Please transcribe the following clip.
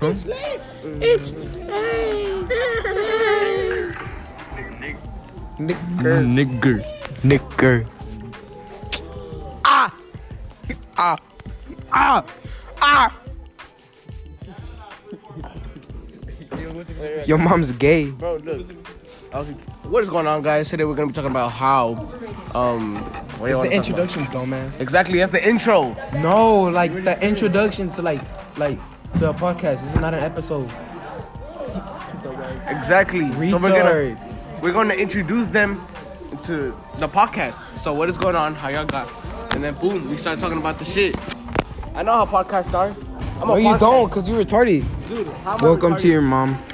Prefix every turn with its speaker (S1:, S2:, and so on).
S1: Huh?
S2: It's Nicker.
S1: Nigger.
S2: Nicker. Ah! Ah! Ah! Ah! Your mom's gay.
S3: Bro, look. I was- What is going on, guys? Today we're gonna be talking about how.
S2: It's
S3: Um, what do you wanna
S2: the
S3: talk about?
S2: introduction, dumbass.
S3: Exactly, that's the intro.
S2: No, like the introduction to like, like to a podcast. This is not an episode.
S3: Exactly. So we're
S2: Retard.
S3: gonna we're gonna introduce them to the podcast. So what is going on? How y'all got? And then boom, we start talking about the shit. I know how podcasts start. I'm
S2: No,
S3: a
S2: you
S3: podcast-
S2: don't, cause you retarded.
S3: dude. How am I
S1: Welcome to
S3: retarded?
S1: your mom.